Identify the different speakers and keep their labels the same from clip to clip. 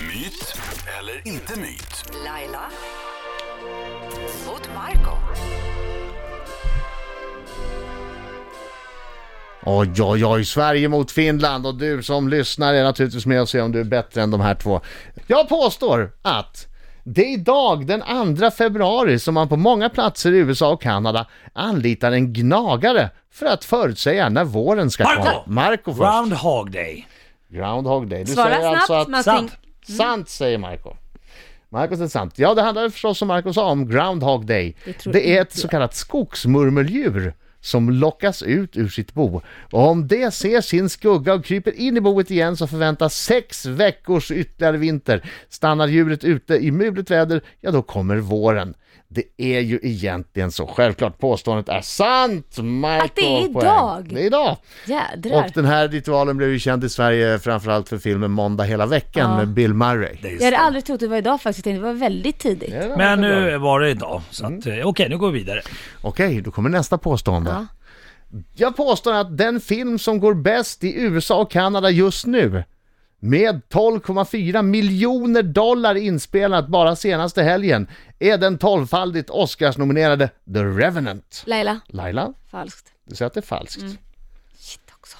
Speaker 1: Myt eller inte myt?
Speaker 2: Laila mot Marco
Speaker 3: Oj, oj, oj. Sverige mot Finland och du som lyssnar är naturligtvis med och ser om du är bättre än de här två. Jag påstår att det är idag den 2 februari som man på många platser i USA och Kanada anlitar en gnagare för att förutsäga när våren ska
Speaker 4: Marco!
Speaker 3: komma. Marco först.
Speaker 4: Groundhog Day.
Speaker 3: Groundhog Day. Du
Speaker 5: Svara
Speaker 3: säger
Speaker 5: snabbt,
Speaker 3: alltså att...
Speaker 5: man
Speaker 4: sant.
Speaker 5: tänk-
Speaker 3: Mm. Sant säger Marco. Marco säger sant. Ja, det handlar förstås som Marco sa om Groundhog Day.
Speaker 5: Det
Speaker 3: Det,
Speaker 5: tror
Speaker 3: är ett
Speaker 5: inte
Speaker 3: så kallat skogsmurmeldjur som lockas ut ur sitt bo. Och om det ser sin skugga och kryper in i boet igen så förväntas sex veckors ytterligare vinter. Stannar djuret ute i mulet väder, ja då kommer våren. Det är ju egentligen så självklart påståendet är sant, Marco.
Speaker 5: Att det är
Speaker 3: poäng.
Speaker 5: idag.
Speaker 3: Det är idag. Och
Speaker 5: Jädrar.
Speaker 3: den här ritualen blev ju känd i Sverige framförallt för filmen Måndag hela veckan
Speaker 5: Ja.
Speaker 3: med Bill Murray.
Speaker 4: Det är
Speaker 5: Jag hade aldrig trott det var idag faktiskt. Jag tänkte, Det var väldigt tidigt.
Speaker 3: Det var
Speaker 4: Men
Speaker 3: bra.
Speaker 4: nu var det idag, så att, eh,
Speaker 3: Mm.
Speaker 4: okej nu går vi vidare.
Speaker 3: Okej, då kommer nästa påstående.
Speaker 5: Ja.
Speaker 3: Jag påstår att den film som går bäst i USA och Kanada just nu med 12,4 miljoner dollar inspelat bara senaste helgen är den tolvfaldigt Oscars-nominerade The Revenant.
Speaker 5: Laila,
Speaker 3: Laila,
Speaker 5: falskt.
Speaker 3: du säger att det är falskt.
Speaker 5: Mm. Shit också.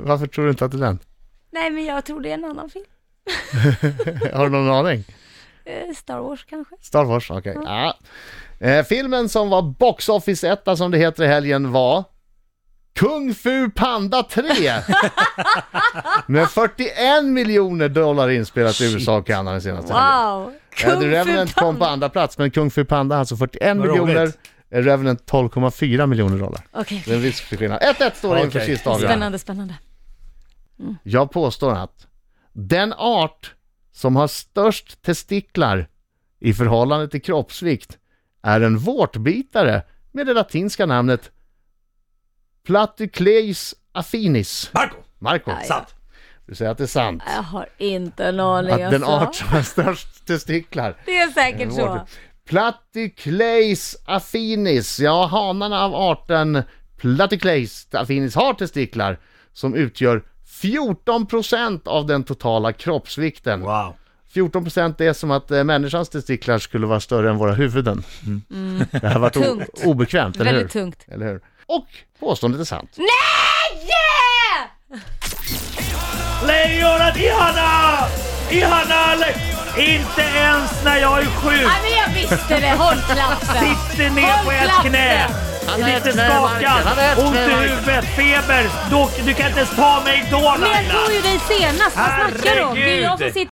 Speaker 3: Varför tror du inte att det är den?
Speaker 5: Nej, men jag tror det är en annan film.
Speaker 3: Har du någon aning?
Speaker 5: Eh, Star Wars kanske.
Speaker 3: Star Wars, okej. Ja. Eh, filmen som var Box Office 1 som det heter i helgen var Kung Fu Panda 3! Med 41 miljoner dollar inspelat i USA och Kanada senaste helgen.
Speaker 5: Wow!
Speaker 3: Eh, The Revenant kom på andra plats, men Kung Fu Panda alltså 41
Speaker 4: Vad
Speaker 3: miljoner.
Speaker 4: roligt.
Speaker 3: Eh, Revenant 12,4 miljoner dollar.
Speaker 5: Okej,
Speaker 3: Det är en viss skillnad. 1-1 står det inför
Speaker 4: Okej.
Speaker 3: sista avgörande.
Speaker 5: spännande, spännande.
Speaker 3: Jag påstår att den art som har störst testiklar i förhållande till kroppsvikt är en vårtbitare med det latinska namnet Platycleis affinis.
Speaker 4: Marco!
Speaker 3: Marco,
Speaker 4: Sant.
Speaker 3: du säger att det är sant.
Speaker 5: Jag har inte en aning.
Speaker 3: Att den
Speaker 5: alltså.
Speaker 3: art som har störst testiklar
Speaker 5: Det är
Speaker 3: är en
Speaker 5: säkert så.
Speaker 3: vårt- Platycleis affinis. Ja, hanarna av arten Platycleis affinis har testiklar som utgör 14% av den totala kroppsvikten.
Speaker 4: Wow.
Speaker 3: 14 procent är som att eh, människans testiklar skulle vara större än våra huvuden. Det här har varit o-
Speaker 5: Tungt.
Speaker 3: obekvämt, eller hur?
Speaker 5: Väldigt tungt.
Speaker 3: Eller hur? Och påståendet är sant.
Speaker 5: Yeah!
Speaker 4: Lejonet Ihana! Ihana! Le- inte ens när jag är sjuk
Speaker 5: Nej, men jag visste det! Håll klaffen!
Speaker 4: sitter ner på
Speaker 5: Håll
Speaker 4: ett
Speaker 5: klappen!
Speaker 4: knä!
Speaker 3: Han är
Speaker 4: Lite
Speaker 3: ett knä i marken,
Speaker 4: skakad,
Speaker 3: han är ett
Speaker 4: ont
Speaker 3: knä i
Speaker 4: i
Speaker 3: marken.
Speaker 4: huvudet, feber. Du, du kan inte ens ta mig då
Speaker 5: Men jag
Speaker 4: Laila!
Speaker 5: tog ju dig senast, vad snackar du om? Det är jag som